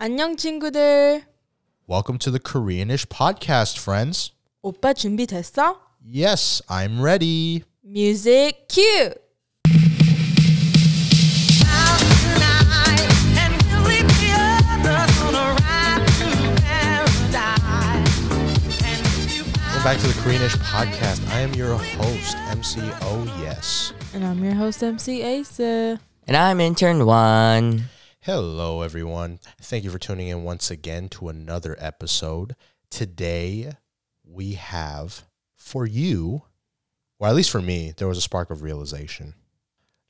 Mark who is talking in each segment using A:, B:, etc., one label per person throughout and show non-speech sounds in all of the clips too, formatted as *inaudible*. A: 안녕 친구들.
B: Welcome to the Koreanish podcast, friends.
A: 오빠 준비됐어?
B: Yes, I'm ready.
A: Music cue.
C: Out tonight, and will it be others on a ride to paradise? And if you
B: Welcome back to the Koreanish podcast. I am your host, MCO Yes.
A: And I'm your host MC Asa.
D: And I'm intern one.
B: Hello, everyone. Thank you for tuning in once again to another episode. Today, we have for you, or at least for me, there was a spark of realization.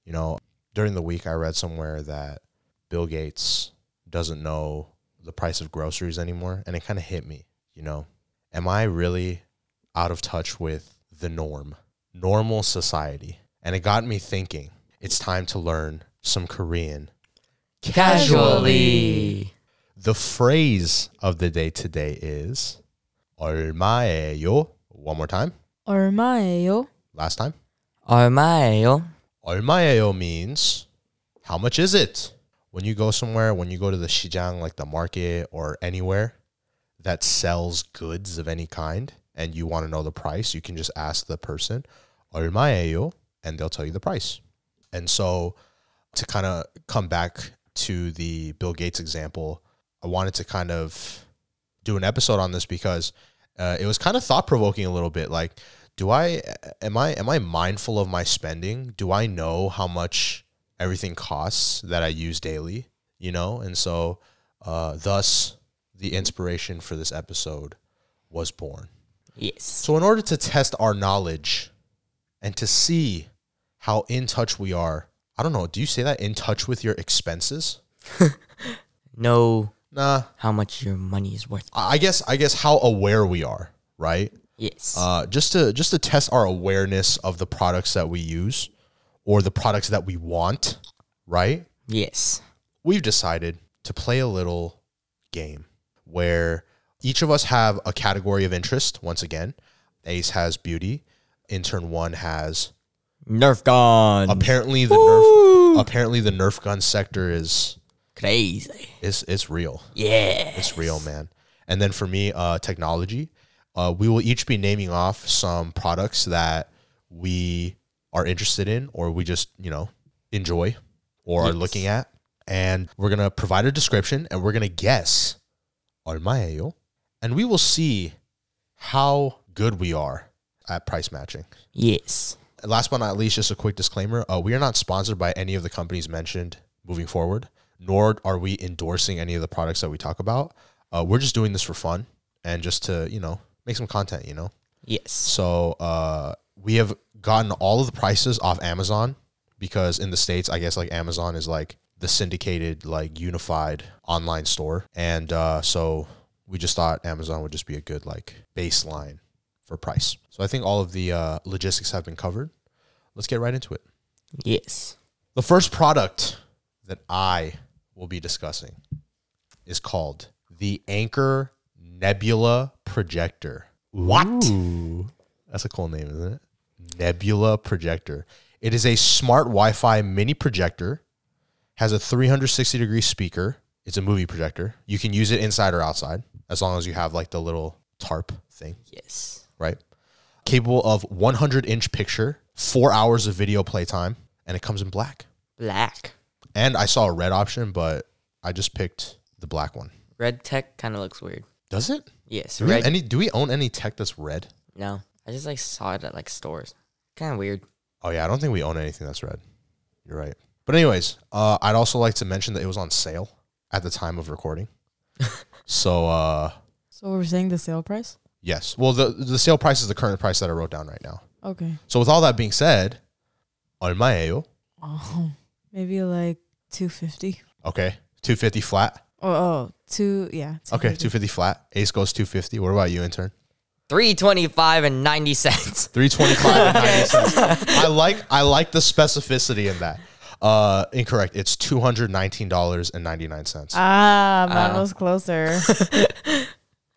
B: You know, during the week, I read somewhere that Bill Gates doesn't know the price of groceries anymore, and it kind of hit me. You know, am I really out of touch with the norm, normal society? And it got me thinking it's time to learn some Korean
A: Casually.
B: the phrase of the day today is 얼마예요? One more time.
A: 얼마예요?
B: Last time.
D: 얼마예요?
B: 얼마예요 means how much is it? When you go somewhere, when you go to the 시장, like the market or anywhere that sells goods of any kind, and you want to know the price, you can just ask the person 얼마예요, and they'll tell you the price. And so, to kind of come back to the Bill Gates example, I wanted to kind of do an episode on this because uh, it was kind of thought provoking a little bit. Like, do I am I am I mindful of my spending? Do I know how much everything costs that I use daily? You know, and so uh, thus the inspiration for this episode was born.
D: Yes.
B: So, in order to test our knowledge and to see how in touch we are, I don't know. Do you say that in touch with your expenses?
D: Know
B: Nah,
D: how much your money is worth.
B: I I guess I guess how aware we are, right?
D: Yes.
B: Uh, just to just to test our awareness of the products that we use or the products that we want, right?
D: yes.
B: We've decided to play a little game where each of us have a category of interest. Once again, Ace has beauty. Intern one has
D: Nerf gun.
B: apparently the nerf apparently the nerf gun sector is
D: Crazy.
B: is it's real
D: Yeah.
B: it's real man and then for me uh technology uh we will each be naming off some products that we are interested in or we just you know enjoy or are looking at and we're gonna provide a description and we're gonna guess 얼마예요? and we will see how good we are at price matching
D: Yes.
B: last but not least, just a quick disclaimer: uh, we are not sponsored by any of the companies mentioned moving forward, nor are we endorsing any of the products that we talk about. Uh, we're just doing this for fun and just to you know make some content. You know,
D: Yes.
B: so uh, we have gotten all of the prices off Amazon because in the states, I guess like Amazon is like the syndicated, like unified online store, and uh, so we just thought Amazon would just be a good like baseline for price. So I think all of the uh, logistics have been covered. Let's get right into it.
D: Yes.
B: The first product that I will be discussing is called the Anchor Nebula Projector. What? That's a cool name, isn't it? Nebula Projector. It is a smart Wi-Fi mini projector. Has a 360 degree speaker. It's a movie projector. You can use it inside or outside as long as you have like the little tarp thing
D: Yes.
B: right? Capable of 100 inch picture, four hours of video playtime, and it comes in black.
D: Black.
B: And I saw a red option, but I just picked the black one.
D: Red tech kind of looks weird.
B: Does it?
D: Yes.
B: Do we, have
D: Red.
B: any, do we own any tech that's red?
D: no. I just like saw it at like stores. Kind of weird.
B: Oh, yeah, I don't think we own anything that's red. You're right. But, anyways, uh, I'd also like to mention that it was on sale at the time of recording. so, uh,
A: So we're saying the sale price?
B: yes. Well, the, the sale price is the current price that I wrote down right now.
A: Okay.
B: So, with all that being said, 얼마예요?
A: Oh, maybe like 250.
B: Okay, 250 flat.
A: Oh, oh, two, yeah.
B: Okay,
A: 250.
B: 250 flat. Ace goes 250. What about you, intern?
D: 325 and 90 cents. *laughs*
B: 325 and 90 cents. I like I like the specificity in that. Uh incorrect. It's $219.99.
A: Ah, mine was closer.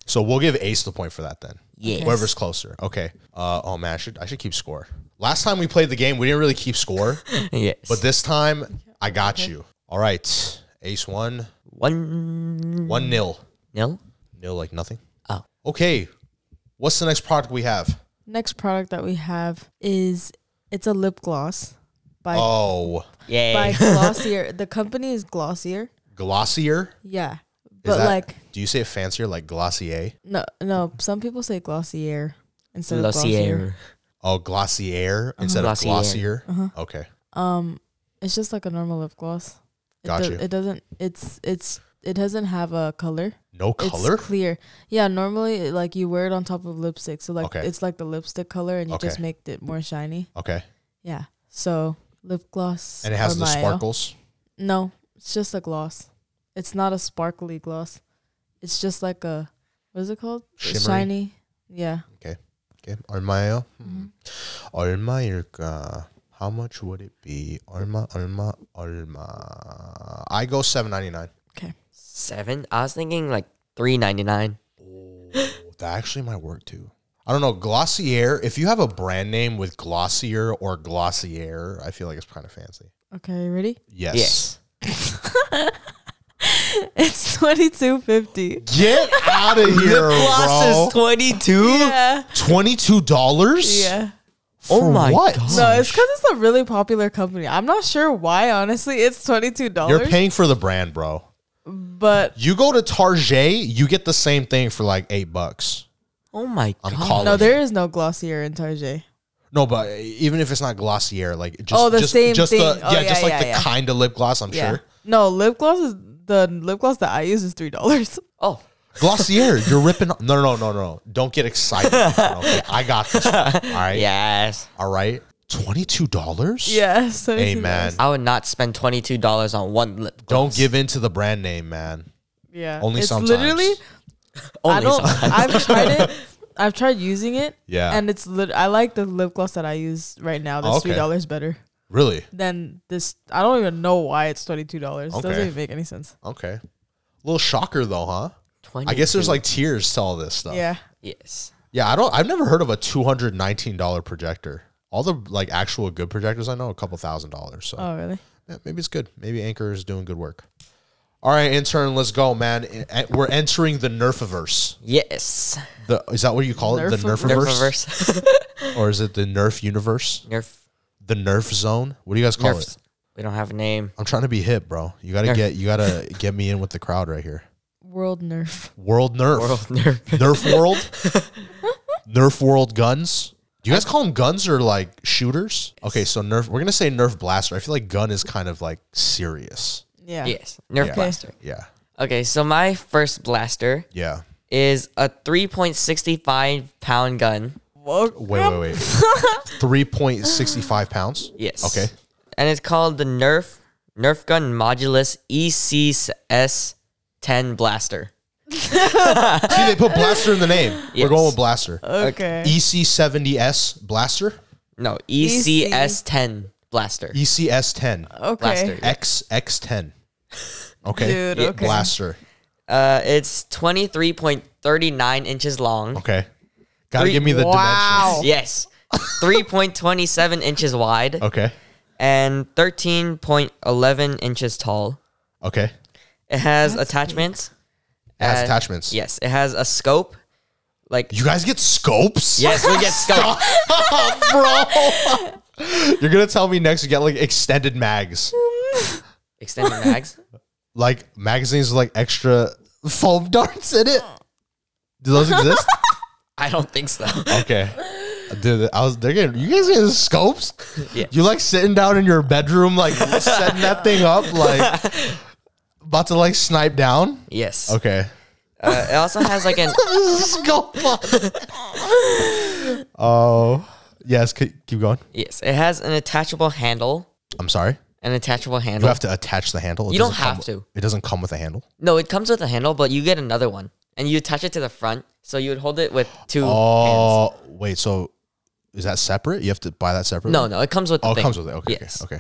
B: so we'll give Ace the point for that then.
D: Yes.
B: Whoever's closer. Okay. Uh oh man, I should I should keep score. Last time we played the game, we didn't really keep score,
D: yes.
B: but this time I got you. All right. Ace 1,
D: one
B: One nil.
D: Nil?
B: Nil like nothing.
D: Oh.
B: Okay. What's the next product we have?
A: Next product that we have is it's a lip gloss by
B: Oh,
D: Yay. *laughs*
A: by Glossier. The company is Glossier.
B: Glossier.
A: Yeah.
B: Is
A: But
B: that-
A: like
B: do you say it fancier like Glossier?
A: no no, some people say Glossier instead of Glossier.
D: Glossier.
B: Oh, Glossier instead of Glossier.
D: Glossier.
B: Okay.
A: Um it's just like a normal lip gloss. It
B: Got you.
A: It doesn't it's it's it doesn't have a color.
B: No color.
A: It's clear. Yeah, normally like you wear it on top of lipstick. So like
B: Okay.
A: it's like the lipstick color and you just
B: Okay.
A: make it more shiny.
B: okay.
A: Yeah. So lip gloss.
B: And it has
A: or
B: the
A: Mayo.
B: sparkles.
A: No, it's just a gloss. It's not a sparkly gloss. It's just like a what is it called? A
B: Shimmery?
A: Shiny. Yeah.
B: Okay. Ormayo. Ormayirka. uh, How much would it be? Orma, Orma, Orma. I go seven ninety nine.
D: Seven? I was thinking like three ninety nine.
B: That actually might work too. I don't know. Glossier. If you have a brand name with Glossier or Glossier, I feel like it's kind of fancy.
A: Okay, you ready? *laughs*
B: Yes.
D: Yes.
A: It's twenty two fifty.
B: Get out of here, bro.
D: twenty two?
A: Yeah.
B: Twenty two dollars.
A: Yeah.
B: For
D: Oh my
B: what?
D: God.
A: No, it's because it's a really popular company. I'm not sure why, honestly. It's twenty two
B: You're
A: dollars,
B: paying for the brand, bro.
A: but
B: You go to Target, you get the same thing for like eight bucks.
D: Oh my
B: I'm
D: god.
B: calling.
A: no, there is no glossier in Target.
B: No, but even if it's not Glossier, like just
A: Oh, the
B: just,
A: same
B: just
A: thing.
B: The,
A: Oh,
B: yeah,
A: yeah,
B: just like
A: yeah,
B: the
A: yeah.
B: kind of lip gloss. I'm
A: Yeah.
B: sure
A: No, lip gloss is the lip gloss that I use is three dollars. *laughs*
D: Oh.
B: Glossier. You're ripping. No, no, no, no, no. Don't get
A: *laughs*
B: excited. okay, I got this. All right.
D: Yes.
B: All right. Twenty two dollars.
A: Yeah. So
B: Hey man,
D: I would not spend twenty two dollars on one lip
B: don't
D: gloss.
B: give in to the brand name, man.
A: Yeah.
B: Only
A: it's
B: sometimes.
A: literally I
D: Only
A: don't.
D: some-
A: I've tried
B: *laughs*
A: it. I've tried using it.
B: Yeah.
A: And it's lit- I like the lip gloss that I use right now. That's
B: Oh, okay.
A: three dollars better
B: Really?
A: than this. I don't even know why it's twenty two dollars.
B: Okay.
A: Doesn't even make any sense.
B: Okay. little shocker though, huh?
D: 22.
B: I guess there's like tiers to all this stuff.
A: Yeah.
D: Yes.
B: Yeah, I don't. I've never heard of a two hundred nineteen dollar projector. All the like actual good projectors I know, are a couple thousand dollars. So
A: Oh really?
B: yeah, maybe it's good. Maybe Anchor is doing good work. All right, intern, let's go, man. E- e- We're entering the Nerfiverse.
D: Yes.
B: The is that what you call it? The Nerfiverse,
D: Nerfiverse.
B: or is it the Nerf universe?
D: *laughs* Nerf.
B: The Nerf zone? What do you guys call
D: Nerfs.
B: it?
D: We don't have
B: *laughs*
D: a name.
B: I'm trying to be hip, bro. You gotta
D: Nerf.
B: get you gotta get me in with the crowd right here.
A: World Nerf.
B: World Nerf,
D: World Nerf.
B: Oh, Nerf World, Nerf World guns. Do you guys call them guns or like shooters? Okay, so Nerf. We're gonna say Nerf blaster. I feel like gun is kind of like serious.
A: Yeah.
D: Yes. Nerf
B: Yeah.
D: blaster.
B: Yeah,
D: Okay, so my first blaster
B: yeah.
D: is a 3.65 pound gun.
A: Well,
B: Wait,
A: *laughs*
B: wait, wait. Three point sixty five pounds.
D: Yes.
B: Okay.
D: And it's called the Nerf Nerf Gun Modulus E ECS10 Blaster.
B: See, they put blaster in the name. We're
D: Yes.
B: going with blaster.
A: Okay.
B: EC seventy S blaster.
D: No, E
B: E
D: ECS10 Blaster.
B: ECS ten.
A: okay.
D: Blaster.
B: X X ten. Okay.
A: Dude. Okay.
B: Blaster.
D: Uh, it's 23.39 inches long.
B: Okay. Gotta
D: Three-
B: give me the
A: Wow.
D: Yes.
B: *laughs*
D: 3.27 inches wide
B: dimensions. Okay.
D: and 13.11 inches tall.
B: Okay.
D: It has attachments.
B: It has
D: Uh,
B: attachments.
D: Yes, it has a scope. Like
B: You *laughs* guys get scopes?
D: yes, we get scope.
B: *laughs* bro. You're gonna tell me next you get like extended mags,
D: Extended mags.
B: like magazines with like extra foam darts in it. Do those exist?
D: I don't think so.
B: okay. Dude, I was they're getting you guys getting scopes.
D: Yeah.
B: You like sitting down in your bedroom, like setting that thing up, like about to like snipe down.
D: Yes.
B: Okay.
D: Uh, it also has like
B: *laughs*
D: an
B: Scope. *laughs* on. oh yes. ke- Keep going.
D: yes. It has an attachable handle.
B: I'm sorry.
D: An attachable
B: You
D: handle.
B: have to attach the handle. It
D: You don't
B: doesn't come-
D: have to.
B: It doesn't come with a handle.
D: no, it comes with a handle, but you get another one, and you attach it to the front. So you would hold it with two hands.
B: Oh, wait. So is that separate? You have to buy that separate?
D: No, no, it comes with. The
B: Oh, it
D: thing.
B: comes with it. Okay. okay,
D: Yes.
B: Okay.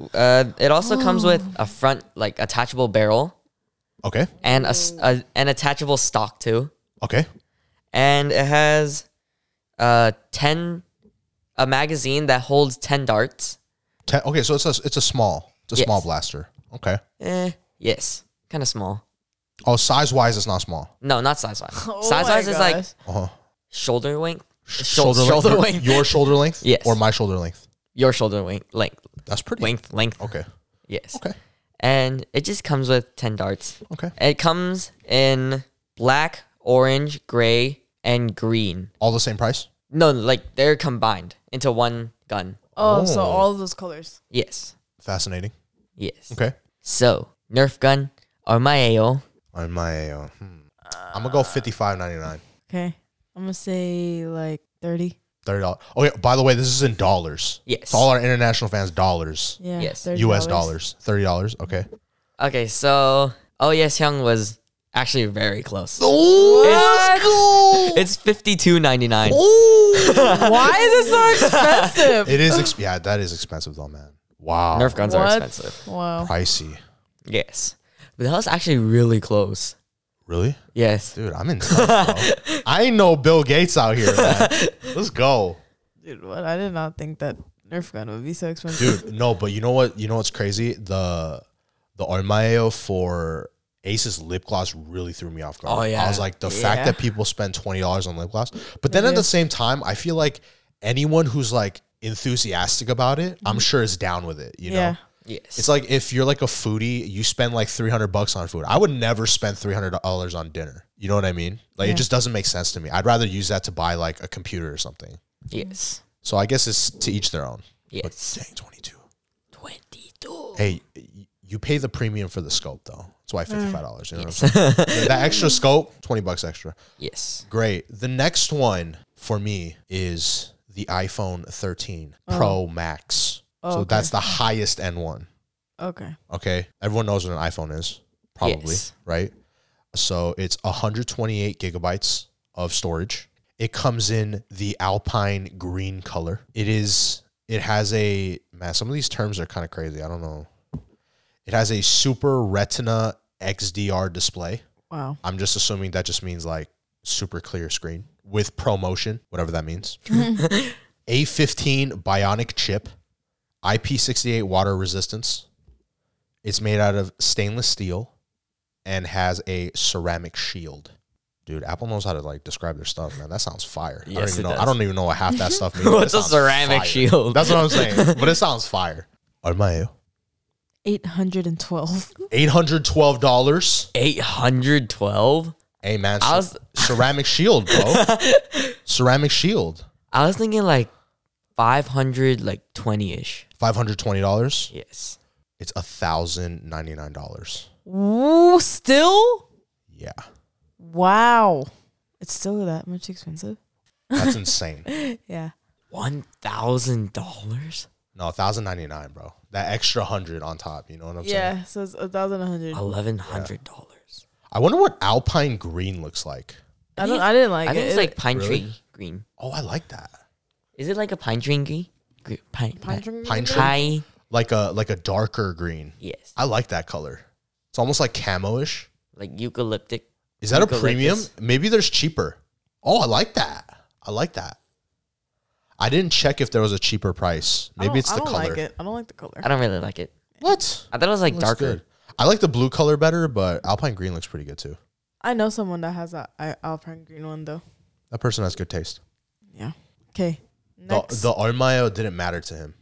B: Okay.
D: Uh, it also comes
A: Oh.
D: with a front like attachable barrel
B: Okay.
D: and a, s- a- an attachable stock too, and it has uh ten a magazine that holds ten darts.
B: Te- okay. So it's a it's a small it's a
D: Yes.
B: small blaster. Okay.
D: Eh, yes, kind of small.
B: Oh, size wise, it's not small.
D: No, not size wise.
A: *laughs* Oh
D: size
A: my
D: wise is like
A: gosh.
B: Uh-huh.
D: shoulder length.
B: length. Your- Your shoulder length?
D: *laughs* Yes.
B: Or my shoulder length?
D: Your shoulder length. Length.
B: That's pretty.
D: Length. Length.
B: Okay.
D: Yes.
B: Okay.
D: And it just comes with 10 darts.
B: Okay.
D: It comes in black, orange, gray, and green.
B: All the same price?
D: No, like they're combined into one gun.
A: Oh, so
B: Oh.
A: all of those colors.
D: Yes.
B: Fascinating.
D: Yes.
B: Okay.
D: So, Nerf gun or my AO.
B: On my, uh, hmm. I'm gonna go fifty five ninety nine.
A: Okay. I'm gonna say like thirty.
B: Thirty dollars. Oh yeah. By the way, this is in dollars.
D: Yes.
B: To all our international fans, dollars,
A: Yeah.
D: Yes.
A: $30.
B: U.S. dollars, thirty dollars. Okay.
D: Okay, so Oh Yes Young was actually very close. *laughs*
B: Let's go.
D: It's fifty two ninety nine. *laughs*
A: Why is it *laughs* so expensive?
B: It is. Ex- yeah, that is expensive though, man. Wow.
D: Nerf guns
A: What?
D: are expensive.
A: Wow.
B: Pricey.
D: Yes, but that was actually really close.
B: Really?
D: Yes,
B: Dude, I'm in. touch,
D: *laughs*
B: bro. I ain't no Bill Gates out here. Man. Let's go.
A: Dude, what? I did not think that Nerf gun would be so expensive.
B: dude. No, but you know what? You know what's crazy? The the Ormayo for Ace's lip gloss really threw me off guard.
D: Oh, yeah.
B: I was like the
A: Yeah.
B: fact that people spend twenty dollars on lip gloss, but then at the same time, I feel like anyone who's like enthusiastic about it, I'm sure is down with it. You
A: Mm-hmm. Yeah.
B: know.
D: yes.
B: It's like if you're like a foodie, you spend like 300 bucks on food. I would never spend $300 on dinner. You know what I mean? Like it just doesn't make sense to me. I'd rather use that to buy like a computer or something.
D: yes,
B: So I guess it's to each their own.
D: yes.
B: Dang, 22.
D: Twenty two.
B: Hey, y- you pay the premium for the scope though. That's
A: Mm.
B: why fifty five dollars. You know
A: *laughs*
B: what I'm saying? that extra scope, twenty bucks extra.
D: Yes.
B: Great. The next one for me is the iPhone 13 Pro Max.
A: Oh,
B: so
A: okay.
B: that's the highest end one.
A: Okay.
B: Okay, everyone knows what an iPhone is, probably
D: Yes.
B: right. So it's 128 gigabytes of storage. It comes in the Alpine green color. It is. It has a man. Some of these terms are kind of crazy. I don't know. It has a Super Retina XDR display.
A: Wow.
B: I'm just assuming that just means like super clear screen with ProMotion, whatever that means. *laughs* A15 Bionic chip, IP68 water resistance. It's made out of stainless steel and has a ceramic shield. Dude, Apple knows how to like describe their stuff, man. That sounds fire. I don't
D: Yes,
B: even
D: it
B: know. I
D: does.
B: don't even know what half that
D: *laughs*
B: stuff means. but
D: What's
B: it
D: a
B: sounds
D: ceramic
B: fire.
D: shield?
B: That's what I'm saying.
D: *laughs*
B: But it sounds fire. Armayo.
A: Eight hundred and twelve.
B: $812.
D: Eight hundred twelve.
B: Hey man,
D: I
B: cer-
A: *laughs*
D: was-
B: ceramic shield, bro. ceramic shield,
D: I was thinking like five hundred, like twenty ish.
B: five hundred twenty dollars.
D: Yes.
B: It's a thousand ninety nine dollars.
A: Ooh, still?
B: Yeah,
A: Wow. It's still that much expensive.
B: that's insane.
A: Yeah.
D: One thousand dollars.
B: No, thousand ninety nine, bro. That extra hundred on top. You know what I'm saying?
A: Yeah. So it's a thousand a hundred.
B: Oh,
D: Eleven hundred dollars.
B: I wonder what alpine green looks like.
A: I don't. I didn't like
D: I
A: it.
D: think it's
A: It-
D: like pine
B: Really?
D: tree green.
B: Oh, I like that.
D: Is it like a pine tree green? Gre- Pine, pine,
A: Pine
B: Pine tree,
D: pine.
B: like a like a darker green.
D: Yes.
B: I like that color. It's almost like camoish.
D: Like eucalyptic.
B: Is that a
D: Eucalyptus.
B: premium? Maybe there's cheaper. Oh, I like that. I like that. I didn't check if there was a cheaper price.
A: I
B: Maybe
A: don't-
B: it's the
A: I don't
B: color.
A: like it. I don't like the color.
D: I don't really like it.
B: What?
D: I thought it was like
B: Looks
D: darker.
B: good. I like the blue color better, but Alpine Green looks pretty good too.
A: I know someone that has a I- Alpine green one though.
B: That person has good taste.
A: Yeah. Okay.
B: The,
A: Next.
B: the Armayo didn't matter to him.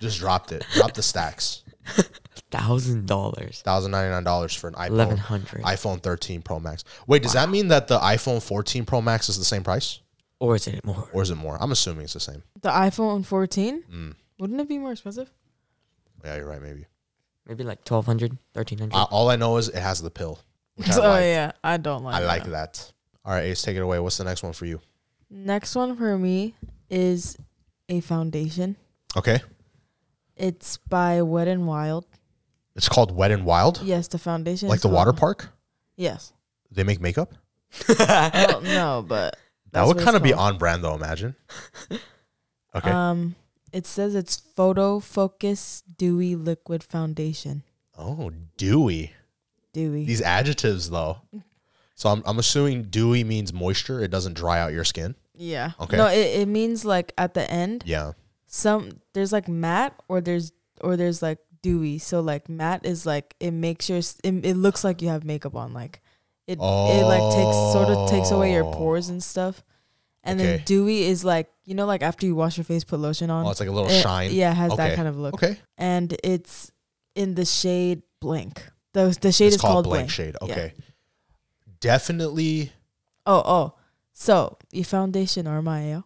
B: Just dropped it. Dropped the stacks.
D: Thousand dollars.
B: Thousand ninety nine dollars for an iPhone.
D: Eleven hundred.
B: iPhone 13 Pro Max. Wait, does that mean that the iPhone 14 Pro Max is the same price,
D: Or is it more?
B: or is it more? I'm assuming it's the same.
A: The iPhone 14?
B: Mm.
A: Wouldn't it be more expensive?
B: Yeah, you're right. Maybe.
D: Maybe like twelve hundred, thirteen hundred.
B: Uh, all I know is it has the pill. Which
A: *laughs*
B: I
A: oh,
B: like.
A: yeah. I don't like
B: I like
A: that.
B: that. All right, Ace, take it away. What's the next one for you?
A: Next one for me is a foundation.
B: Okay,
A: It's by Wet and Wild.
B: it's called Wet and Wild,
A: Yes, the foundation.
B: like
A: is
B: the
A: called-
B: water park.
A: Yes.
B: They make makeup.
A: I don't know, but
B: *laughs* That
A: that's what
B: would
A: it's
B: kind of be
A: called.
B: on brand
A: *laughs*
B: though. Imagine. Okay.
A: Um, it says it's photo focus dewy liquid foundation.
B: oh, dewy.
A: Dewy.
B: These adjectives though. So I'm I'm assuming dewy means moisture. It doesn't dry out your skin.
A: yeah.
B: Okay.
A: No, it, it means like at the end.
B: Yeah.
A: Some there's like matte or there's or there's like dewy. So like matte is like it makes your s- it, it looks like you have makeup on. Like it it like takes sort of takes away your
B: Oh.
A: pores and stuff. And
B: Okay.
A: then dewy is like you know like after you wash your face, put lotion on.
B: Oh, it's like a little
A: It-
B: shine.
A: Yeah, it has
B: Okay.
A: that kind of look.
B: Okay.
A: And it's in the shade blank. The the shade
B: it's
A: is called
B: called, blank
A: blank.
B: shade.
A: Yeah.
B: Okay. Definitely,
A: Oh oh. So your foundation or my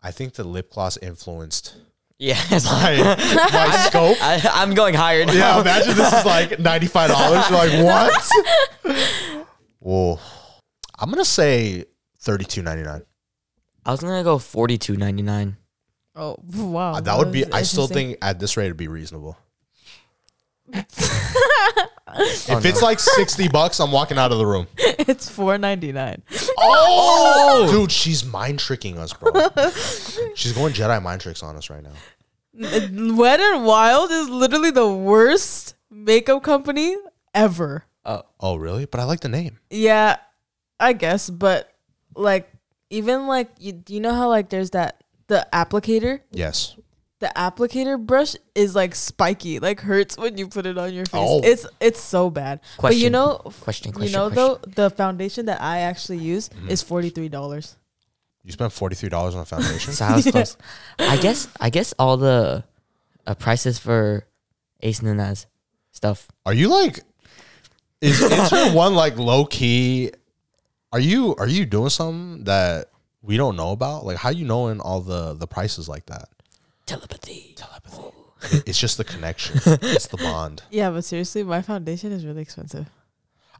B: I think the lip gloss
A: *laughs*
B: influenced
D: *laughs* Yeah.
B: *laughs* my, my scope.
D: *laughs* I, I'm going higher now.
B: Yeah, imagine this is like ninety five dollars. Like what? *laughs*
A: *laughs*
B: Whoa, I'm gonna say thirty two ninety nine.
D: I was gonna go forty two ninety nine.
A: Oh wow.
B: Uh, That would be.
A: was
B: I still
A: interesting.
B: think at this rate it'd be reasonable. if
D: Oh,
B: it's like sixty bucks, I'm walking out of the room.
A: *laughs* it's four ninety nine.
B: Oh, dude, she's mind tricking us, bro. she's going Jedi mind tricks on us right now.
A: Wet and Wild is literally the worst makeup company ever.
B: Oh, really? But I like the name.
A: Yeah, I guess, but like even like you, you know how like there's that the applicator,
B: Yes.
A: the applicator brush is like spiky, like hurts when you put it on your face.
B: Oh.
A: It's it's so bad. But you
D: Question.
A: know,
D: Question,
A: you
D: question, Mm.
A: know though, the foundation that I actually use is forty three dollars.
B: You spent forty three dollars on a
D: *laughs*
B: foundation.
D: So
A: *laughs*
D: I was close. I guess I guess all the uh, prices for Ace Nuna's stuff.
B: Are you like is is there one like low key are you are you doing something that we don't know about? Like how you knowing all the the prices like that?
D: Telepathy.
B: It's just the connection. it's the bond.
A: Yeah, but seriously, my foundation is really expensive.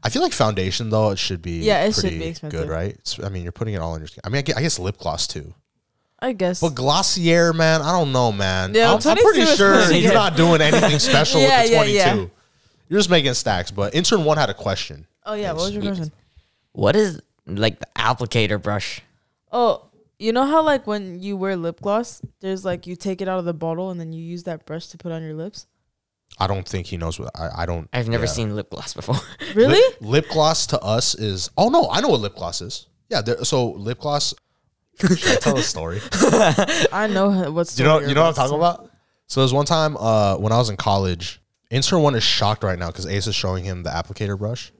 B: I feel like foundation though it should be
A: Yeah, it should
B: pretty
A: be expensive.
B: good, right? It's, I mean, you're putting it all in your skin. I mean, I guess, I guess lip gloss too.
A: I guess.
B: But Glossier, man, I don't know, man.
A: Yeah,
B: I'm, I'm
A: 22
B: pretty
A: is
B: sure
A: pretty
B: you're
A: good.
B: not doing anything
A: *laughs*
B: special
A: Yeah,
B: with the
A: yeah,
B: 22.
A: yeah.
B: You're just making stacks, but intern 1 had a question.
A: oh yeah, what was your
D: Yes.
A: question?
D: What is like the applicator brush?
A: Oh, you know how like when you wear lip gloss, there's like you take it out of the bottle and then you use that brush to put on your lips.
B: I don't think he knows what I, I don't
D: I've never
B: yeah.
D: seen lip gloss
A: *laughs*
D: before.
A: Really?
B: *laughs* Lip, lip gloss to us is oh no, I know what lip gloss is. Yeah, there, so lip gloss. *laughs* Should I tell a story?
A: I know h- what's.
B: you know, you know what I'm talking about. So there's one time uh, when I was in college. Intern one is shocked right now because Ace is showing him the applicator brush.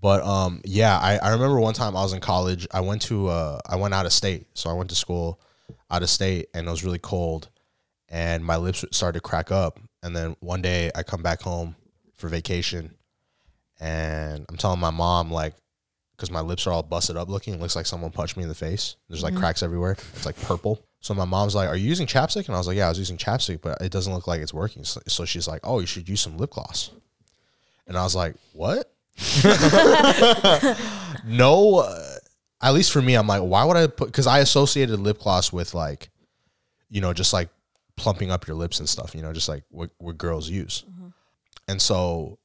B: But um, yeah, I, I remember one time I was in college. I went to uh, I went out of state, so I went to school out of state, and it was really cold, and my lips started to crack up. And then one day I come back home for vacation, and I'm telling my mom like, because my lips are all busted up looking. It looks like someone punched me in the face. There's like cracks everywhere. It's like purple. So my mom's like, "Are you using chapstick?" And I was like, "Yeah, I was using chapstick, but it doesn't look like it's working." So, so she's like, "Oh, you should use some lip gloss." And I was like,
A: *laughs*
B: "What?" no. Uh, at least for me, I'm like, why would I put? Because I associated lip gloss with like, you know, just like plumping up your lips and stuff. You know, just like what what girls use.
A: Mm-hmm.
B: And so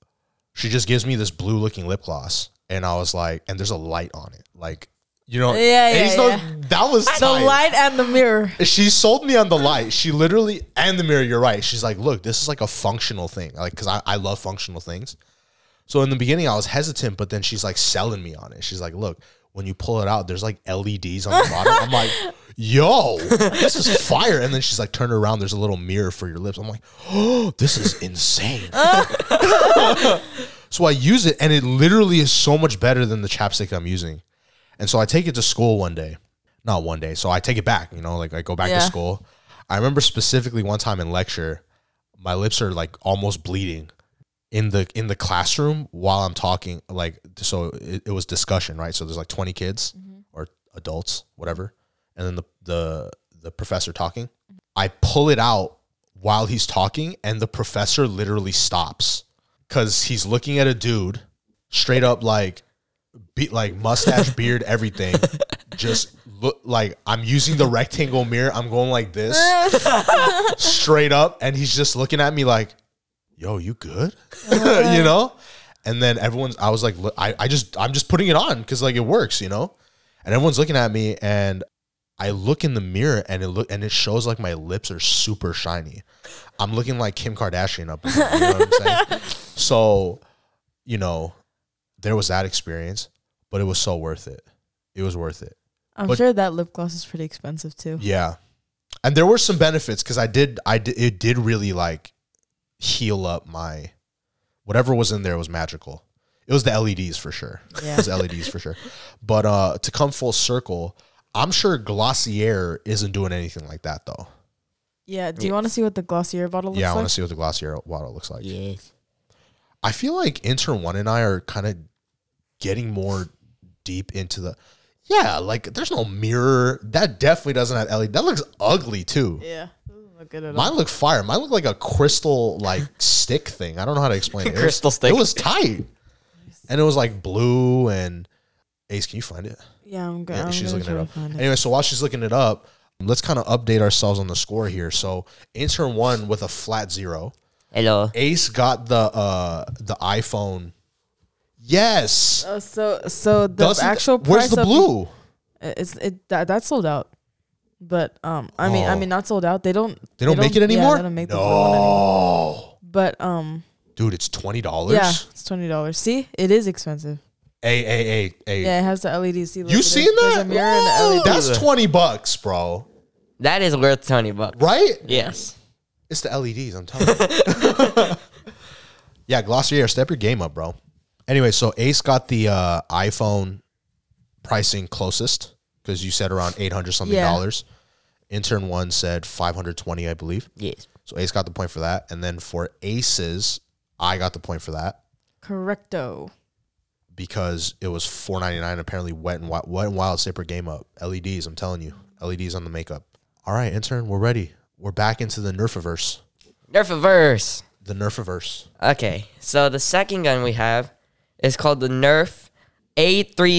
B: she just gives me this blue looking lip gloss, and I was like, and there's a light on it, like you know,
A: Yeah, yeah,
B: it's no-
A: yeah.
B: That was
A: The
B: tight.
A: light and the
B: *laughs*
A: mirror.
B: She sold me on the light. She literally and the mirror. You're right. She's like, look, this is like a functional thing, like because I, I love functional things. So in the beginning, I was hesitant, but then she's like selling me on it. She's like, look, when you pull it out, there's like LEDs on the bottom. I'm like, yo, this is fire. And then she's like, turn it around. There's a little mirror for your lips. I'm like, oh, this is insane. so I use it, and it literally is so much better than the chapstick I'm using. And so I take it to school one day, not one day. So I take it back, you know, like I go back
A: Yeah.
B: to school. I remember specifically one time in lecture, my lips are like almost bleeding in the in the classroom while I'm talking. Like so, it, it was discussion, right? So there's like 20 kids or adults, whatever, and then the the the professor talking. I pull it out while he's talking, and the professor literally stops because he's looking at a dude straight up like be, like mustache beard everything just look like i'm using the rectangle mirror i'm going like this straight up and he's just looking at me like yo you good *laughs* you know and then everyone's i was like look, I, I just i'm just putting it on because like it works you know and everyone's looking at me and i look in the mirror and it look and it shows like my lips are super shiny i'm looking like kim kardashian up in there, you know what i'm saying so you know there was that experience, but it was so worth it. It was worth it.
A: I'm
B: But-
A: sure that lip gloss is pretty expensive too.
B: Yeah. And there were some benefits because I did, I did, it did really like, heal up my whatever was in there was magical. It was the LEDs for sure.
A: Yeah.
B: It was LEDs for sure. But uh to come full circle, I'm sure Glossier isn't doing anything like that though.
A: Yeah. Do you want to see what the Glossier bottle looks
B: yeah, I want
A: like?
B: to see what the Glossier bottle looks like.
E: Yes.
B: I feel like Inter One and I are kind of getting more deep into the. Yeah, like there's no mirror. That definitely doesn't have LED. That looks ugly too.
A: yeah. Doesn't look good at all.
B: Mine look fire. Mine look like a
A: *laughs*
B: crystal like stick thing. I don't know how to explain it. It was-
D: Crystal stick.
B: It was tight, and it was like blue and Ace. Can you find it?
A: Yeah, I'm good.
B: Yeah,
A: I'm
B: she's
A: gonna
B: looking it
A: try to
B: up.
A: find it.
B: Anyway, so while she's looking it up, let's kind of update ourselves on the score here. So Inter One with a flat zero.
D: Hello.
B: Ace got the uh the iPhone. Yes.
A: Oh, so so the
B: Doesn't-
A: actual
B: Where's
A: price
B: the
A: of-
B: blue?
A: Uh, It's it that that's sold out. But um, I mean, I
B: Oh.
A: mean, not sold out. They don't.
B: They don't make it
A: Yeah,
B: anymore?
A: they don't make the blue one anymore.
B: No.
A: But um,
B: Dude, it's twenty dollars.
A: yeah, it's twenty dollars. See, it is expensive.
B: Hey, hey, hey, hey.
A: Yeah, it has the E LEDs. See, look,
B: You
A: there's-
B: seen
A: there's
B: that?
A: a mirror and E a LED.
B: That's twenty bucks, bro.
D: That is worth 20 bucks.
B: Right?
D: Yes.
B: It's the LEDs, I'm telling you.
A: *laughs*
B: yeah, Glossier, step your game up, bro. Anyway, so Ace got the uh, iPhone pricing closest because you said around eight hundred something
A: Yeah.
B: dollars. Intern one said five hundred twenty, I believe.
D: Yes.
B: So Ace got the point for that. And then for Aces, I got the point for that
A: Correcto.
B: because it was four ninety nine. Apparently, wet and wild, wet and wild Saper game up. LEDs, I'm telling you, LEDs on the makeup. All right, intern, we're ready. We're back into the Nerfiverse.
D: Nerfiverse.
B: The Nerfiverse.
D: Okay, so the second gun we have is called the Nerf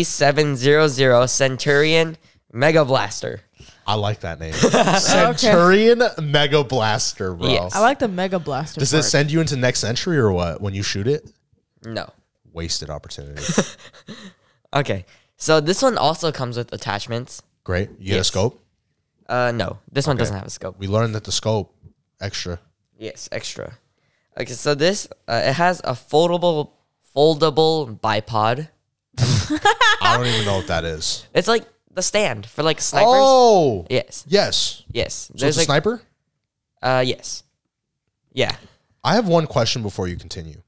D: A3700 Centurion Mega Blaster.
B: I like that
D: *laughs*
B: name. Centurion Mega Blaster, bro.
D: Yes.
A: I like the Mega Blaster.
B: Does
A: part.
B: this send you into next century or what? When you shoot it,
D: No.
B: wasted
D: *laughs*
B: opportunity.
D: Okay, so this one also comes with attachments.
B: Great. You get a
D: Yes.
B: scope.
D: Uh, no, this one doesn't have a scope.
B: We learned that the scope extra.
D: Yes, extra. Okay, so this uh, it has a foldable foldable bipod.
B: I don't even know what that is.
D: It's like the stand for like snipers.
B: Oh,
D: Yes,
B: yes.
D: yes.
B: So it's a
D: like
B: sniper.
D: uh, yes, yeah.
B: I have one question before you continue.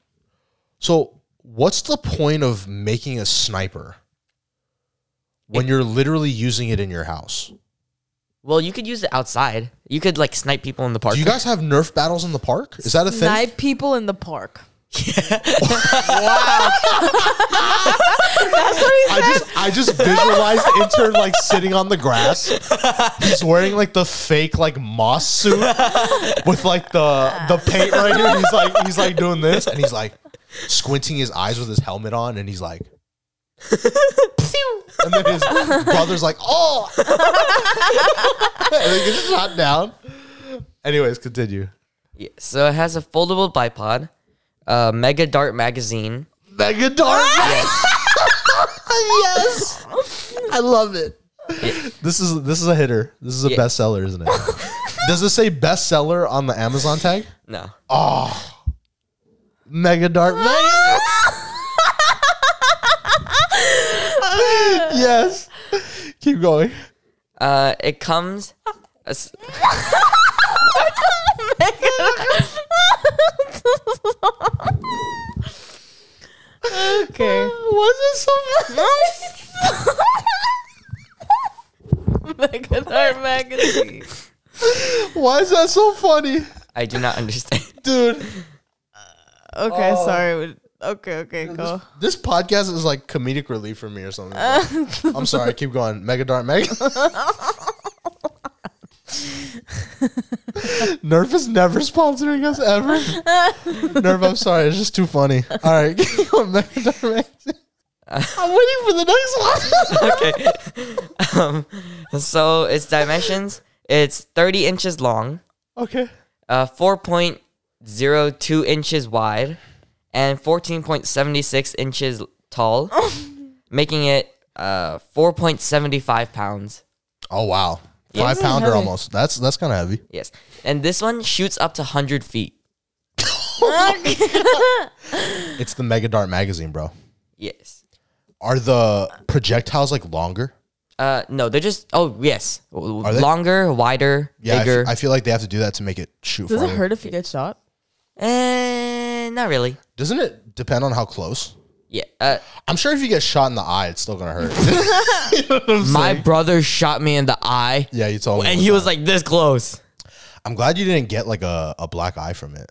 B: So, what's the point of making a sniper when you're literally using it in your house?
D: Well, you could use it outside. You could like snipe people in the park.
B: Do you guys have Nerf battles in the park? Is that a thing?
A: Snipe people in the *laughs* park.
B: I just I just visualized the intern like sitting on the grass. He's wearing like the fake like moss suit with like the the paint right here. He's like he's like doing this and he's like squinting his eyes with his helmet on and he's like Pew! and then his brother's like, oh *laughs* and he gets shot down. Anyways, continue.
D: Yeah, so it has a foldable bipod, a mega dart magazine.
B: Mega dark. yes. I love it. This is this is a hitter. This is a
D: Yeah.
B: bestseller, isn't it? Does it say bestseller on the Amazon tag?
D: No.
B: Mega Dart Mega. yes. Keep going.
D: Uh, it comes. as-
A: Okay. Was it so Mega Dart magazine.
B: Why is that so funny?
D: I do not *laughs* understand.
B: Dude,
A: Okay, sorry. Okay, okay, go.
B: Oh. this podcast is like comedic relief for me or something.
A: Uh.
B: I'm sorry, keep going. Mega Dart
A: *laughs*
B: Mega. Nerf is never sponsoring us ever. Nerf, I'm sorry, it's just too funny. All right, *laughs* keep going. Mega Dart Mega. I'm waiting for the next one. *laughs*
D: okay. um, so its dimensions, it's 30 inches long,
B: okay.
D: uh, 4.02 inches wide, and 14.76 inches tall, making it uh 4.75 pounds.
B: Oh wow,
A: That's
B: five
A: really
B: pounder
A: heavy.
B: almost. That's that's kind of heavy.
D: Yes, and this one shoots up to 100 feet.
B: It's the Mega Dart magazine, bro.
D: Yes.
B: Are the projectiles like longer?
D: Uh, no, they're just. Oh yes,
B: they?
D: longer, wider,
B: Yeah, I fe-
D: bigger.
B: I feel like they have to do that to make it shoot.
A: Does it
B: farther.
A: hurt if you get shot?
D: Eh, not really.
B: Doesn't it depend on how close?
D: Yeah. Uh,
B: I'm sure if you get shot in the eye, it's still gonna hurt. *laughs*
D: my brother shot me in the eye,
B: yeah, you told me.
D: and he was like this close.
B: I'm glad you didn't get like a, a black eye from it,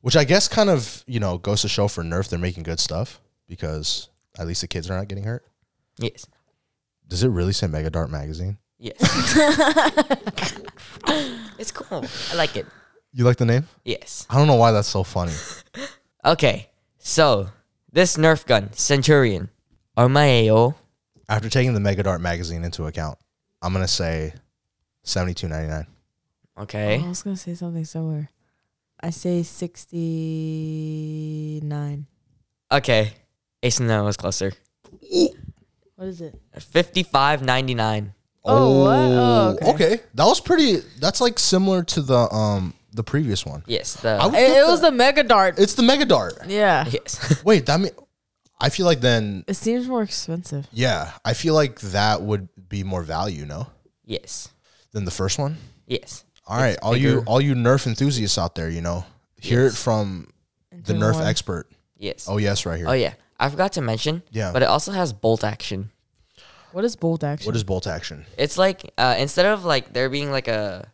B: which I guess kind of you know goes to show for Nerf they're making good stuff because at least the kids are not getting hurt.
D: Yes.
B: Does it really say Mega Dart magazine?
D: *laughs* Yes. it's cool. I like it.
B: You like the name?
D: Yes.
B: I don't know why that's so funny.
D: Okay. So this Nerf gun, Centurion, Armaeo.
B: After taking the Mega Dart magazine into account, I'm gonna say seventy two ninety nine.
D: Okay.
A: I was gonna say something similar. I say sixty nine.
B: Oh.
D: Okay. Ace and that was closer.
A: What is it?
D: Fifty-five ninety-nine.
A: Oh, what? Oh, okay.
B: okay. That was pretty. That's like similar to the um the previous one.
D: Yes. The
B: I would
A: It,
B: get
A: was
B: that.
A: the mega dart.
B: It's the Mega Dart.
A: yeah.
D: yes. *laughs*
B: Wait, that mean I feel like then
A: It seems more expensive.
B: yeah, I feel like that would be more value, no,
D: yes.
B: than the first one.
D: Yes.
B: All right, all you
D: bigger.
B: all you Nerf enthusiasts out there, you know, hear it from the Nerf
A: one.
B: expert.
D: Yes.
B: Oh yes, right here.
D: Oh yeah, I forgot to mention.
B: Yeah.
D: But it also has bolt action.
A: What is bold action?
B: What is bolt action?
D: It's like uh, instead of like there being like a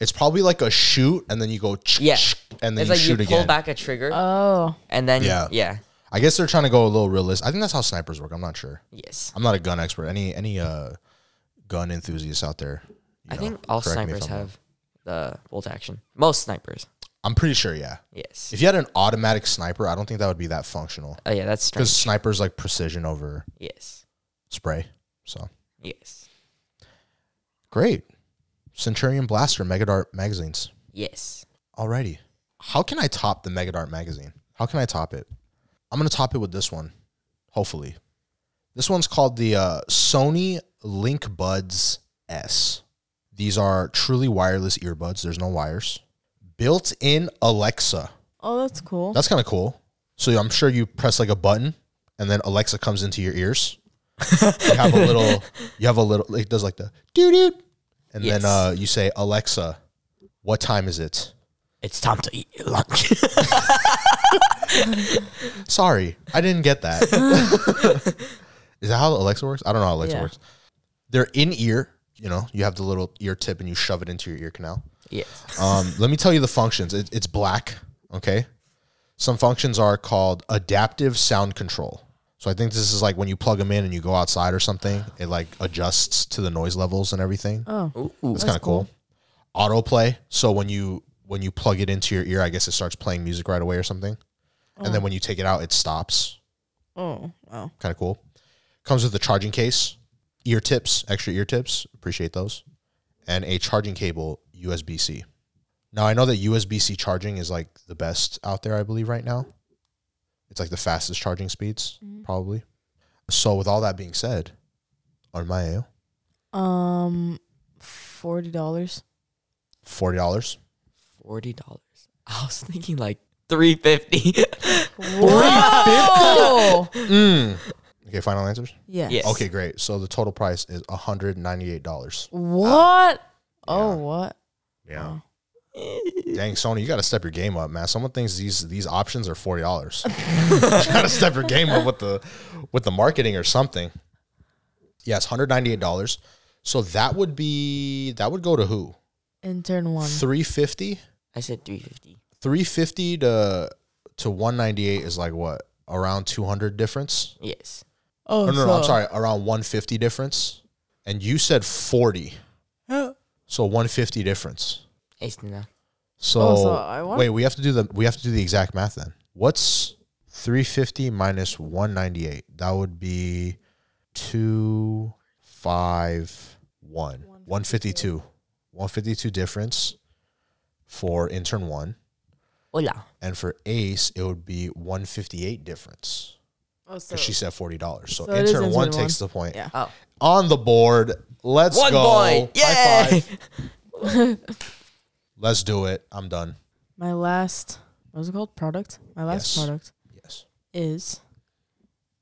B: It's probably like a shoot, and then you go, ch-
D: Yeah.
B: ch- and then
D: it's
B: you
D: like you
B: shoot
D: pull
B: again.
D: back a trigger
A: oh,
D: and then
B: Yeah.
D: yeah.
B: I guess they're trying to go a little realistic. I think that's how snipers work. I'm not sure.
D: yes.
B: I'm not a gun expert. Any any uh gun enthusiasts out there? you
D: I
B: know,
D: think all
B: correct me if
D: snipers
B: I'm wrong.
D: have the bolt action. Most snipers.
B: I'm pretty sure, yeah.
D: Yes.
B: If you had an automatic sniper, I don't think that would be that functional
D: oh yeah, that's strange.
B: because snipers like precision over
D: Yes.
B: spray. So
D: Yes.
B: great, Centurion Blaster Mega Dart magazines.
D: Yes.
B: Alrighty, how can I top the Mega Dart magazine? How can I top it? I'm gonna top it with this one, hopefully. This one's called the uh, Sony Link Buds S. These are truly wireless earbuds. There's no wires. Built-in Alexa.
A: oh, that's cool.
B: That's kind of cool. So I'm sure you press like a button, and then Alexa comes into your ears. you have a little. You have a little. It does like the doo doo, and
D: Yes.
B: then uh, you say Alexa, "What time is it?"
D: It's time to eat your lunch. *laughs*
B: Sorry, I didn't get that. is that how Alexa works? I don't know how Alexa
A: Yeah.
B: works. They're in ear. You know, you have the little ear tip, and you shove it into your ear canal.
D: yes.
B: Um, let me tell you the functions. It, it's black. Okay. Some functions are called adaptive sound control. So I think this is like when you plug them in and you go outside or something, it like adjusts to the noise levels and everything.
A: oh,
B: That's, kind of cool. Autoplay. So when you when you plug it into your ear, I guess it starts playing music right away or something. And then when you take it out, it stops.
A: oh, wow.
B: Kind of cool. Comes with a charging case, ear tips, extra ear tips. Appreciate those. And a charging cable, USB C. Now, I know that USB C charging is like the best out there, I believe, right now. It's like the fastest charging speeds, probably. So, with all that being said, on my AO,
A: Um, forty dollars.
B: $40.
D: Forty dollars. I was thinking like three fifty. *laughs*
A: Whoa.
B: Okay, final answers?
A: *laughs* yes.
D: Yes.
B: Okay, great. So, the total price is $198.
A: What? Oh, what?
B: Yeah. Dang, Sony, you got to step your game up, man. Someone thinks these these options are forty dollars. *laughs* you got to step your game up with the with the marketing or something. Yeah, it's hundred ninety eight dollars. So that would be that would go to who?
A: Intern one.
B: 350
D: I said three fifty.
B: 350 to to 198 is like what? Around 200 difference?
D: Yes.
A: Oh,
B: No, no, no, I'm
A: so-
B: sorry. Around 150 difference. And you said 40. So 150 difference.
D: Ace and that.
B: So,
A: Oh, so I want-
B: wait, we have to do the we have to do the exact math then. What's 350 minus 198? That would be 251. 152. 152 difference for intern 1
D: Hola.
B: and for Ace it would be 158 difference
A: Oh, so-
B: cuz she said $40. So,
A: So it is
B: intern 1
A: intern
B: takes
A: one.
B: the point.
A: Yeah.
D: Oh.
B: On the board. Let's
D: One
B: go.
D: point.
B: High
D: Yay. *laughs*
B: five. Let's do it. I'm done.
A: My last. What was it called? Product. My last
B: Yes.
A: product
B: Yes.
A: is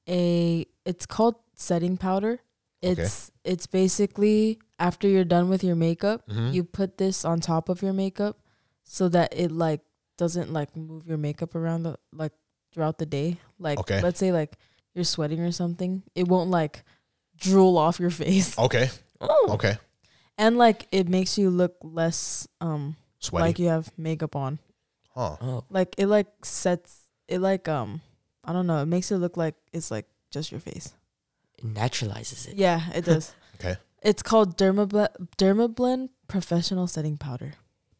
A: a. It's called setting powder. It's it's basically after
B: Mm-hmm.
A: you're done with your makeup, you put this on top of your makeup so that it like doesn't like move your makeup around the, like throughout the day. Like
B: Okay.
A: let's say like you're sweating or something, it won't like drool off your *laughs* face.
B: Okay.
D: Oh,
B: Okay.
A: And like it makes you look less um
B: Sweaty.
A: like you have makeup on.
B: huh.
D: Oh,
A: Like it like sets it like um I don't know, it makes it look like it's like just your face.
D: it naturalizes it.
A: Yeah, it does.
B: *laughs* Okay.
A: It's called Dermablend Dermablend Professional Setting Powder.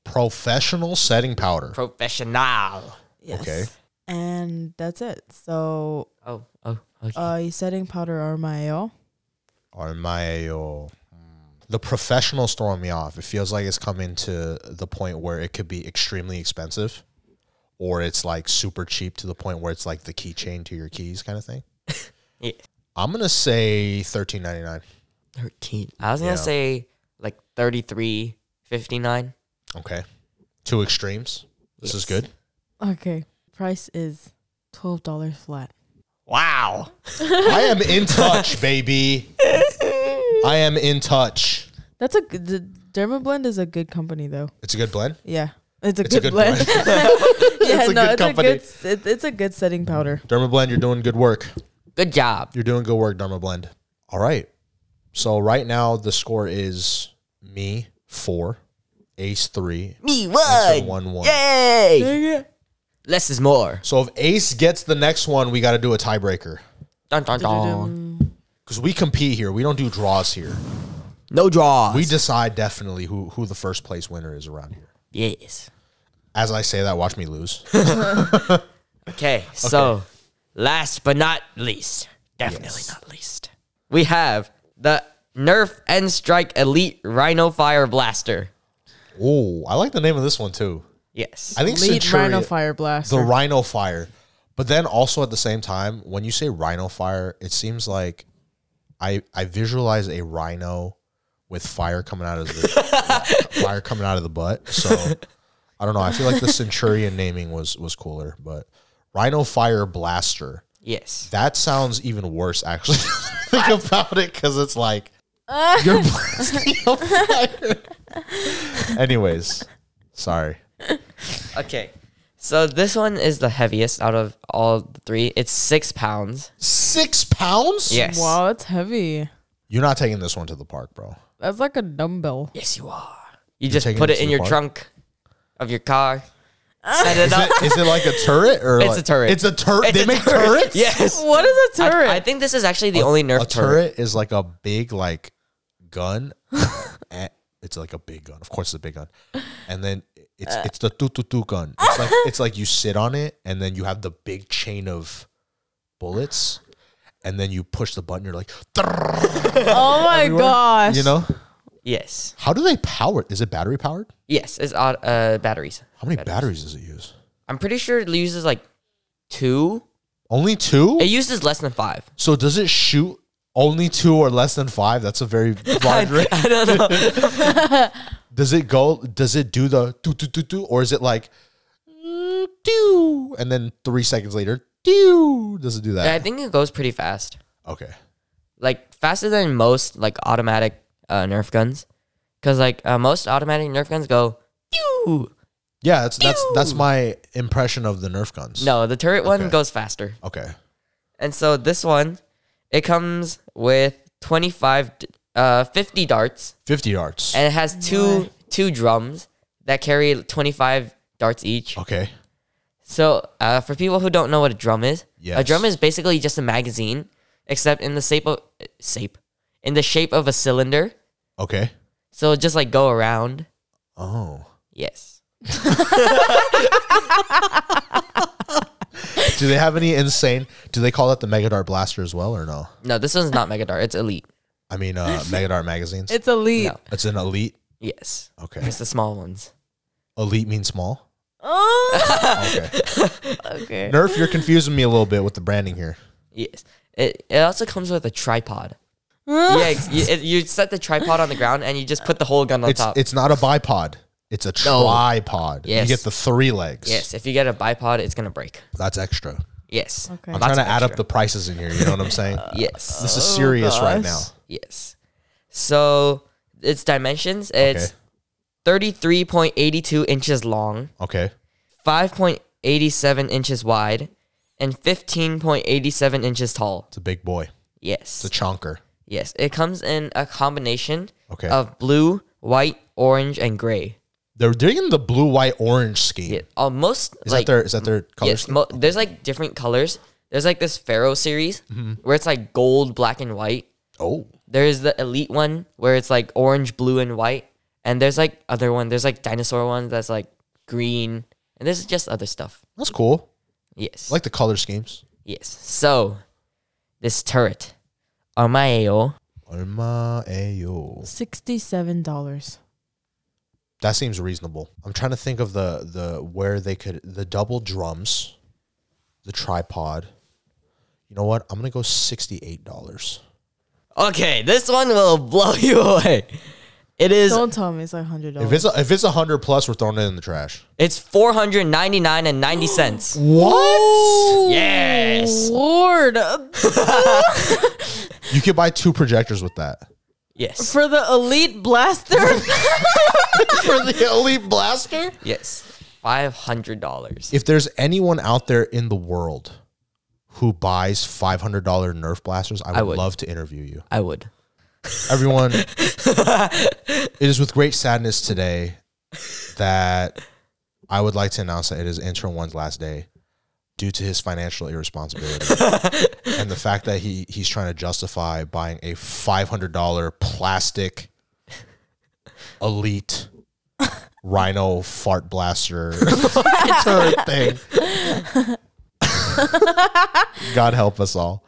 B: Professional setting powder.
D: Professional.
A: Yes.
B: Okay.
A: And that's it. So
D: Oh, oh, okay.
A: uh setting powder RMIO.
B: Or my oh. The professional's throwing me off. It feels like it's coming to the point where it could be extremely expensive, or it's like super cheap to the point where it's like the keychain to your keys kind of thing.
D: Yeah.
B: I'm gonna say thirteen ninety nine.
D: 13. I was going
B: Yeah.
D: to say like 33, 59.
B: Okay, two extremes. This is
D: Yes.
B: good.
A: Okay. Price is twelve dollars flat.
D: Wow.
B: I am in touch, baby. I am in touch.
A: That's a g- the Dermablend is a good company though.
B: It's a good blend.
A: Yeah, it's a
B: It's
A: good, blend. *laughs* yeah,
B: It's a
A: no,
B: good
A: it's
B: company.
A: a good
B: Mm-hmm.
A: s- it, it's a good setting powder.
B: Dermablend, you're doing good work.
D: Good job.
B: You're doing good work, Dermablend. All right. So right now the score is me four, Ace three,
D: Me
B: Answer
D: one.
B: one one.
D: Yay.
A: Yeah.
D: Less is more.
B: So if Ace gets the next one, we got to do a tiebreaker
D: Dun, dun, dun.
B: because we compete here. We don't do draws here.
D: No draws.
B: We decide definitely who who the first place winner is around here.
D: yes.
B: As I say that, watch
A: *laughs*
B: me lose.
D: Okay, so last but not least, definitely not least, we have the Nerf N Strike Elite Rhino Fire Blaster.
B: oh, I like the name of this one too.
D: Yes.
B: I think
A: Lead Rhino
B: Centurion-
A: Fire Blast.
B: the rhino fire but then also at the same time when you say rhino fire it seems like i i visualize a rhino with fire coming out of the fire coming out of the *laughs* butt so i don't know i feel like the centurion naming was was cooler but rhino fire blaster
D: yes.
B: that sounds even worse actually *laughs* think about it because it's like you're blasting a fire anyways sorry
D: Okay. So this one is the heaviest out of all the three. It's six pounds.
B: six pounds
D: Yes.
A: wow, that's heavy.
B: You're not taking this one to the park, bro.
A: That's like a dumbbell.
D: Yes, you are. You just
B: taking
D: put
B: this
D: it
B: to
D: in
B: the
D: your
B: park?
D: trunk of your car. Set it up.
B: Is it like a turret or
D: It's
B: like-
D: a turret.
B: It's a turret.
D: It's
B: They
D: a
B: make
D: turret.
B: turrets.
D: Yes.
A: What is a turret?
D: I, I think this is actually the only Nerf
B: a turret is like a big like gun. Eh, it's like a big gun. Of course, it's a big gun. And then it's it's the tu tu tu gun. It's like it's like you sit on it, and then you have the big chain of bullets, and then you push the button. You're like,
A: oh my gosh.
B: you know,
D: Yes.
B: how do they power it? Is it battery powered?
D: Yes. It's au- uh, batteries.
B: How many batteries does it use?
D: I'm pretty sure it uses like two.
B: Only two.
D: It uses less than five.
B: So does it shoot only two or less than *laughs* five? That's a
D: *laughs*
B: very large range.
D: I don't know.
B: Does it go? Does it do the do do do do, or is it like mm, do and then three seconds later do? Does it do
D: I
B: that?
D: think it goes pretty fast.
B: Okay.
D: Like faster than most like automatic uh, Nerf guns. Cause like uh, most automatic Nerf guns go. "Pew!"
B: Yeah, that's that's that's my impression of the Nerf guns.
D: No, the turret
B: Okay.
D: one goes faster.
B: Okay.
D: And so this one, it comes with 25, d- uh, 50 darts,
B: Fifty yards.
D: and it has two two drums that carry 25 darts each.
B: okay.
D: So uh, for people who don't know what a drum is, a
B: Yes.
D: drum is basically just a magazine, except in the shape of uh, shape, in the shape of a cylinder.
B: Okay.
D: So it'll just like go around.
B: Oh.
D: Yes.
B: Do they have any insane? Do they call that the Mega Dart Blaster as well, or no?
D: No, this one's not Mega Dart. It's Elite.
B: I mean,
D: *laughs*
B: uh, Mega Dart magazines.
A: it's a lead.
D: No.
B: It's an elite.
D: Yes.
B: Okay.
D: It's the small ones.
B: Elite means small. *laughs*
A: Oh,
B: Okay.
D: *laughs*
A: okay.
B: Nerf, you're confusing me a little bit with the branding here.
D: Yes. It, it also comes with a tripod. yeah, you, it- you set the tripod on the ground and you just put the whole gun on
B: It's
D: top.
B: it's not a bipod. It's a
D: No.
B: tripod.
D: Yes.
B: You get the three legs.
D: yes, if you get a bipod, it's gonna break.
B: That's extra.
D: Yes.
A: Okay.
B: I'm
D: Lots
B: trying
D: of
B: to add up Uh.
D: extra.
B: the prices in here. You know what I'm
D: *laughs*
B: saying?
D: Yes.
B: This is serious
D: Oh,
B: right now.
A: gosh.
D: Yes. So its dimensions, it's
B: Okay.
D: 33.82 inches long,
B: Okay.
D: 5.87 inches wide and 15.87 inches tall.
B: It's a big boy.
D: Yes.
B: It's a chonker.
D: yes. It comes in a combination
B: Okay.
D: of blue, white, orange, and gray.
B: They're doing the blue, white, orange scheme.
D: Yeah. Almost
B: Is
D: like mm,
B: that their is that their color
D: yes,
B: scheme?
D: mo- there's like different colors. There's like this Pharaoh series where it's like gold, black, and white.
B: Oh,
D: There's the elite one where it's like orange, blue, and white. And there's like other one. There's like dinosaur ones that's like green. And this is just other stuff.
B: that's cool.
D: Yes.
B: I like the color schemes.
D: yes. So this turret, Armaeo,
B: Alma Ayo.
A: Sixty-seven dollars.
B: That seems reasonable. I'm trying to think of the the where they could the double drums, the tripod. You know what? I'm gonna go sixty eight dollars.
D: Okay, this one will *laughs* blow you away. It is
A: Don't tell me it's like hundred
B: If
A: dollars.
B: it's a, if it's a hundred plus, we're throwing it in the trash.
D: it's 499 and 90 cents.
B: What?
D: Yes.
A: Lord, uh,
B: You could buy two projectors with that.
D: Yes.
A: for the elite blaster,
B: *laughs* For the elite blaster.
D: Yes. $500.
B: If there's anyone out there in the world who buys five hundred dollar Nerf blasters, I would,
D: would.
B: love to interview you.
D: I would.
B: Everyone, it is with great sadness today that I would like to announce that it is intern one's last day due to his financial irresponsibility and the fact that he he's trying to justify buying a five hundred dollar plastic elite rhino fart blaster turret thing. God help us all.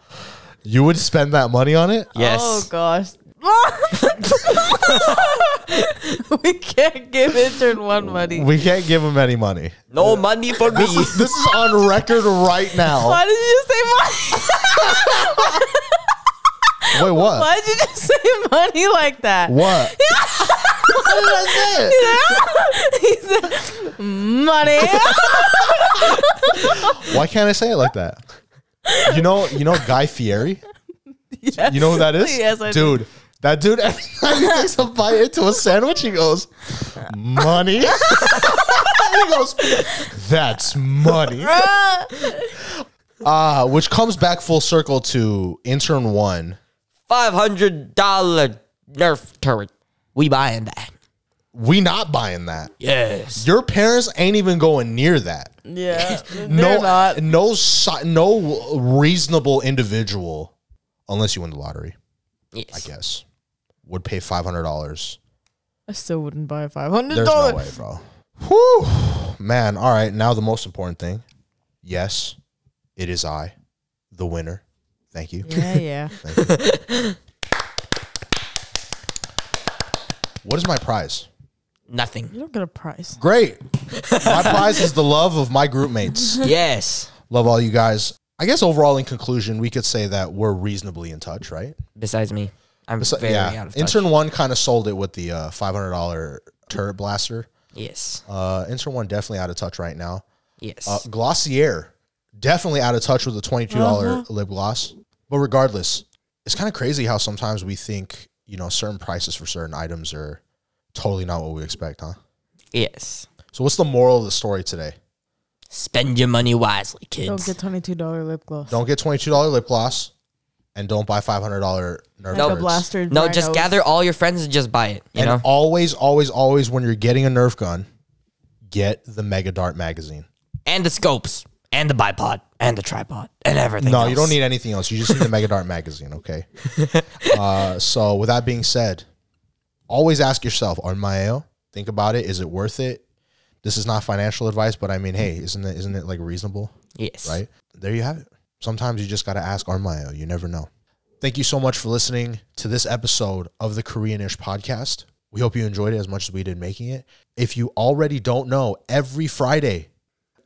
B: You would spend that money on it?
D: Yes.
A: Oh *laughs* gosh. *laughs* we can't give intern one money.
B: We can't give him any money.
D: No money for *laughs* me.
B: This is on record right now.
A: Why did you just say money?
B: Wait, what?
A: Why did you just say money like that? *laughs*
B: What? what did I say?
A: he said money.
B: Why can't I say it like that? You know, you know Guy Fieri.
A: Yes.
B: You know who that is?
A: Yes, I do.
B: dude. That dude *laughs* every time he takes a bite into a sandwich, he goes, "Money." *laughs* he goes, "That's money." Uh, which comes back full circle to intern one.
D: $500 Nerf turret. We buying that.
B: We not buying that.
D: Yes.
B: Your parents ain't even going near that. *laughs*
A: Yeah. They're
B: no,
A: not.
B: no, si- no reasonable individual, unless you win the lottery, I
D: Yes.
B: guess, would pay five hundred dollars.
A: I still wouldn't buy a five hundred
B: There's
A: *laughs*
B: no
A: dollar.
B: way, bro. Whew, man. All right, now the most important thing. Yes, it is I, the winner. Thank you.
A: yeah, yeah.
B: What is my prize?
D: Nothing. *laughs*
A: You don't get a price.
B: Great. My prize is the love of my group
A: *laughs*
B: mates.
D: yes.
B: Love all you guys. I guess overall, in conclusion, we could say that we're reasonably in touch, right?
D: Besides me. I'm
B: So,
D: very
B: yeah,
D: out of touch.
B: intern one kind of sold it with the uh, five hundred dollar turret blaster.
D: yes.
B: Uh, intern one definitely out of touch right now.
D: Yes.
B: Uh, Glossier definitely out of touch with the twenty two
D: Uh-huh.
B: lip gloss. But regardless, it's kind of crazy how sometimes we think you know certain prices for certain items are totally not what we expect, huh?
D: yes.
B: So what's the moral of the story today?
D: Spend your money wisely,
A: Don't
D: kids.
A: get twenty two dollar lip gloss.
B: Don't get twenty two dollar lip gloss, and don't buy five hundred dollar nerf.
A: like
D: No.
A: a
B: turrets.
A: blaster. and
D: no, just
A: rhinos.
D: gather all your friends and just buy it. You
B: and
D: know?
B: always, always, always, when you're getting a Nerf gun, get the Mega Dart magazine.
D: And the scopes. And the bipod. And the tripod. And everything.
B: No,
D: else.
B: you don't need anything else. You just need the Mega Dart magazine, okay? uh, so, with that being said, always ask yourself, on my own, think about it. Is it worth it? This is not financial advice, but I mean, hey, isn't it isn't it like reasonable?
D: Yes.
B: right? There you have it. Sometimes you just got to ask Armayo. You never know. Thank you so much for listening to this episode of the Koreanish podcast. We hope you enjoyed it as much as we did making it. If you already don't know, every Friday,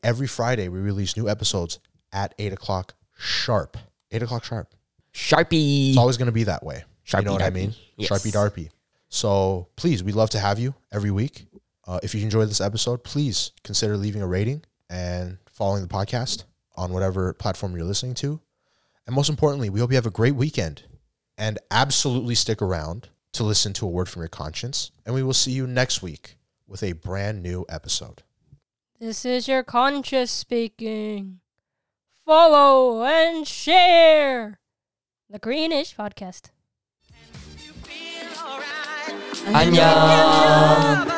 B: every Friday, we release new episodes at 8 o'clock sharp. 8 o'clock sharp.
D: Sharpie.
B: It's always going to be that way. you
D: Sharpie
B: know what I
D: darpy.
B: mean?
D: Yes.
B: Sharpie Darpy. So please, we'd love to have you every week. Uh, if you enjoyed this episode, please consider leaving a rating and following the podcast on whatever platform you're listening to. And most importantly, we hope you have a great weekend and absolutely stick around to listen to a word from your conscience. And we will see you next week with a brand new episode.
E: This is your conscious speaking. Follow and share the Greenish Podcast.
D: 안녕.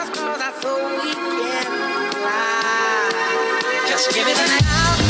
C: Just give it an hour.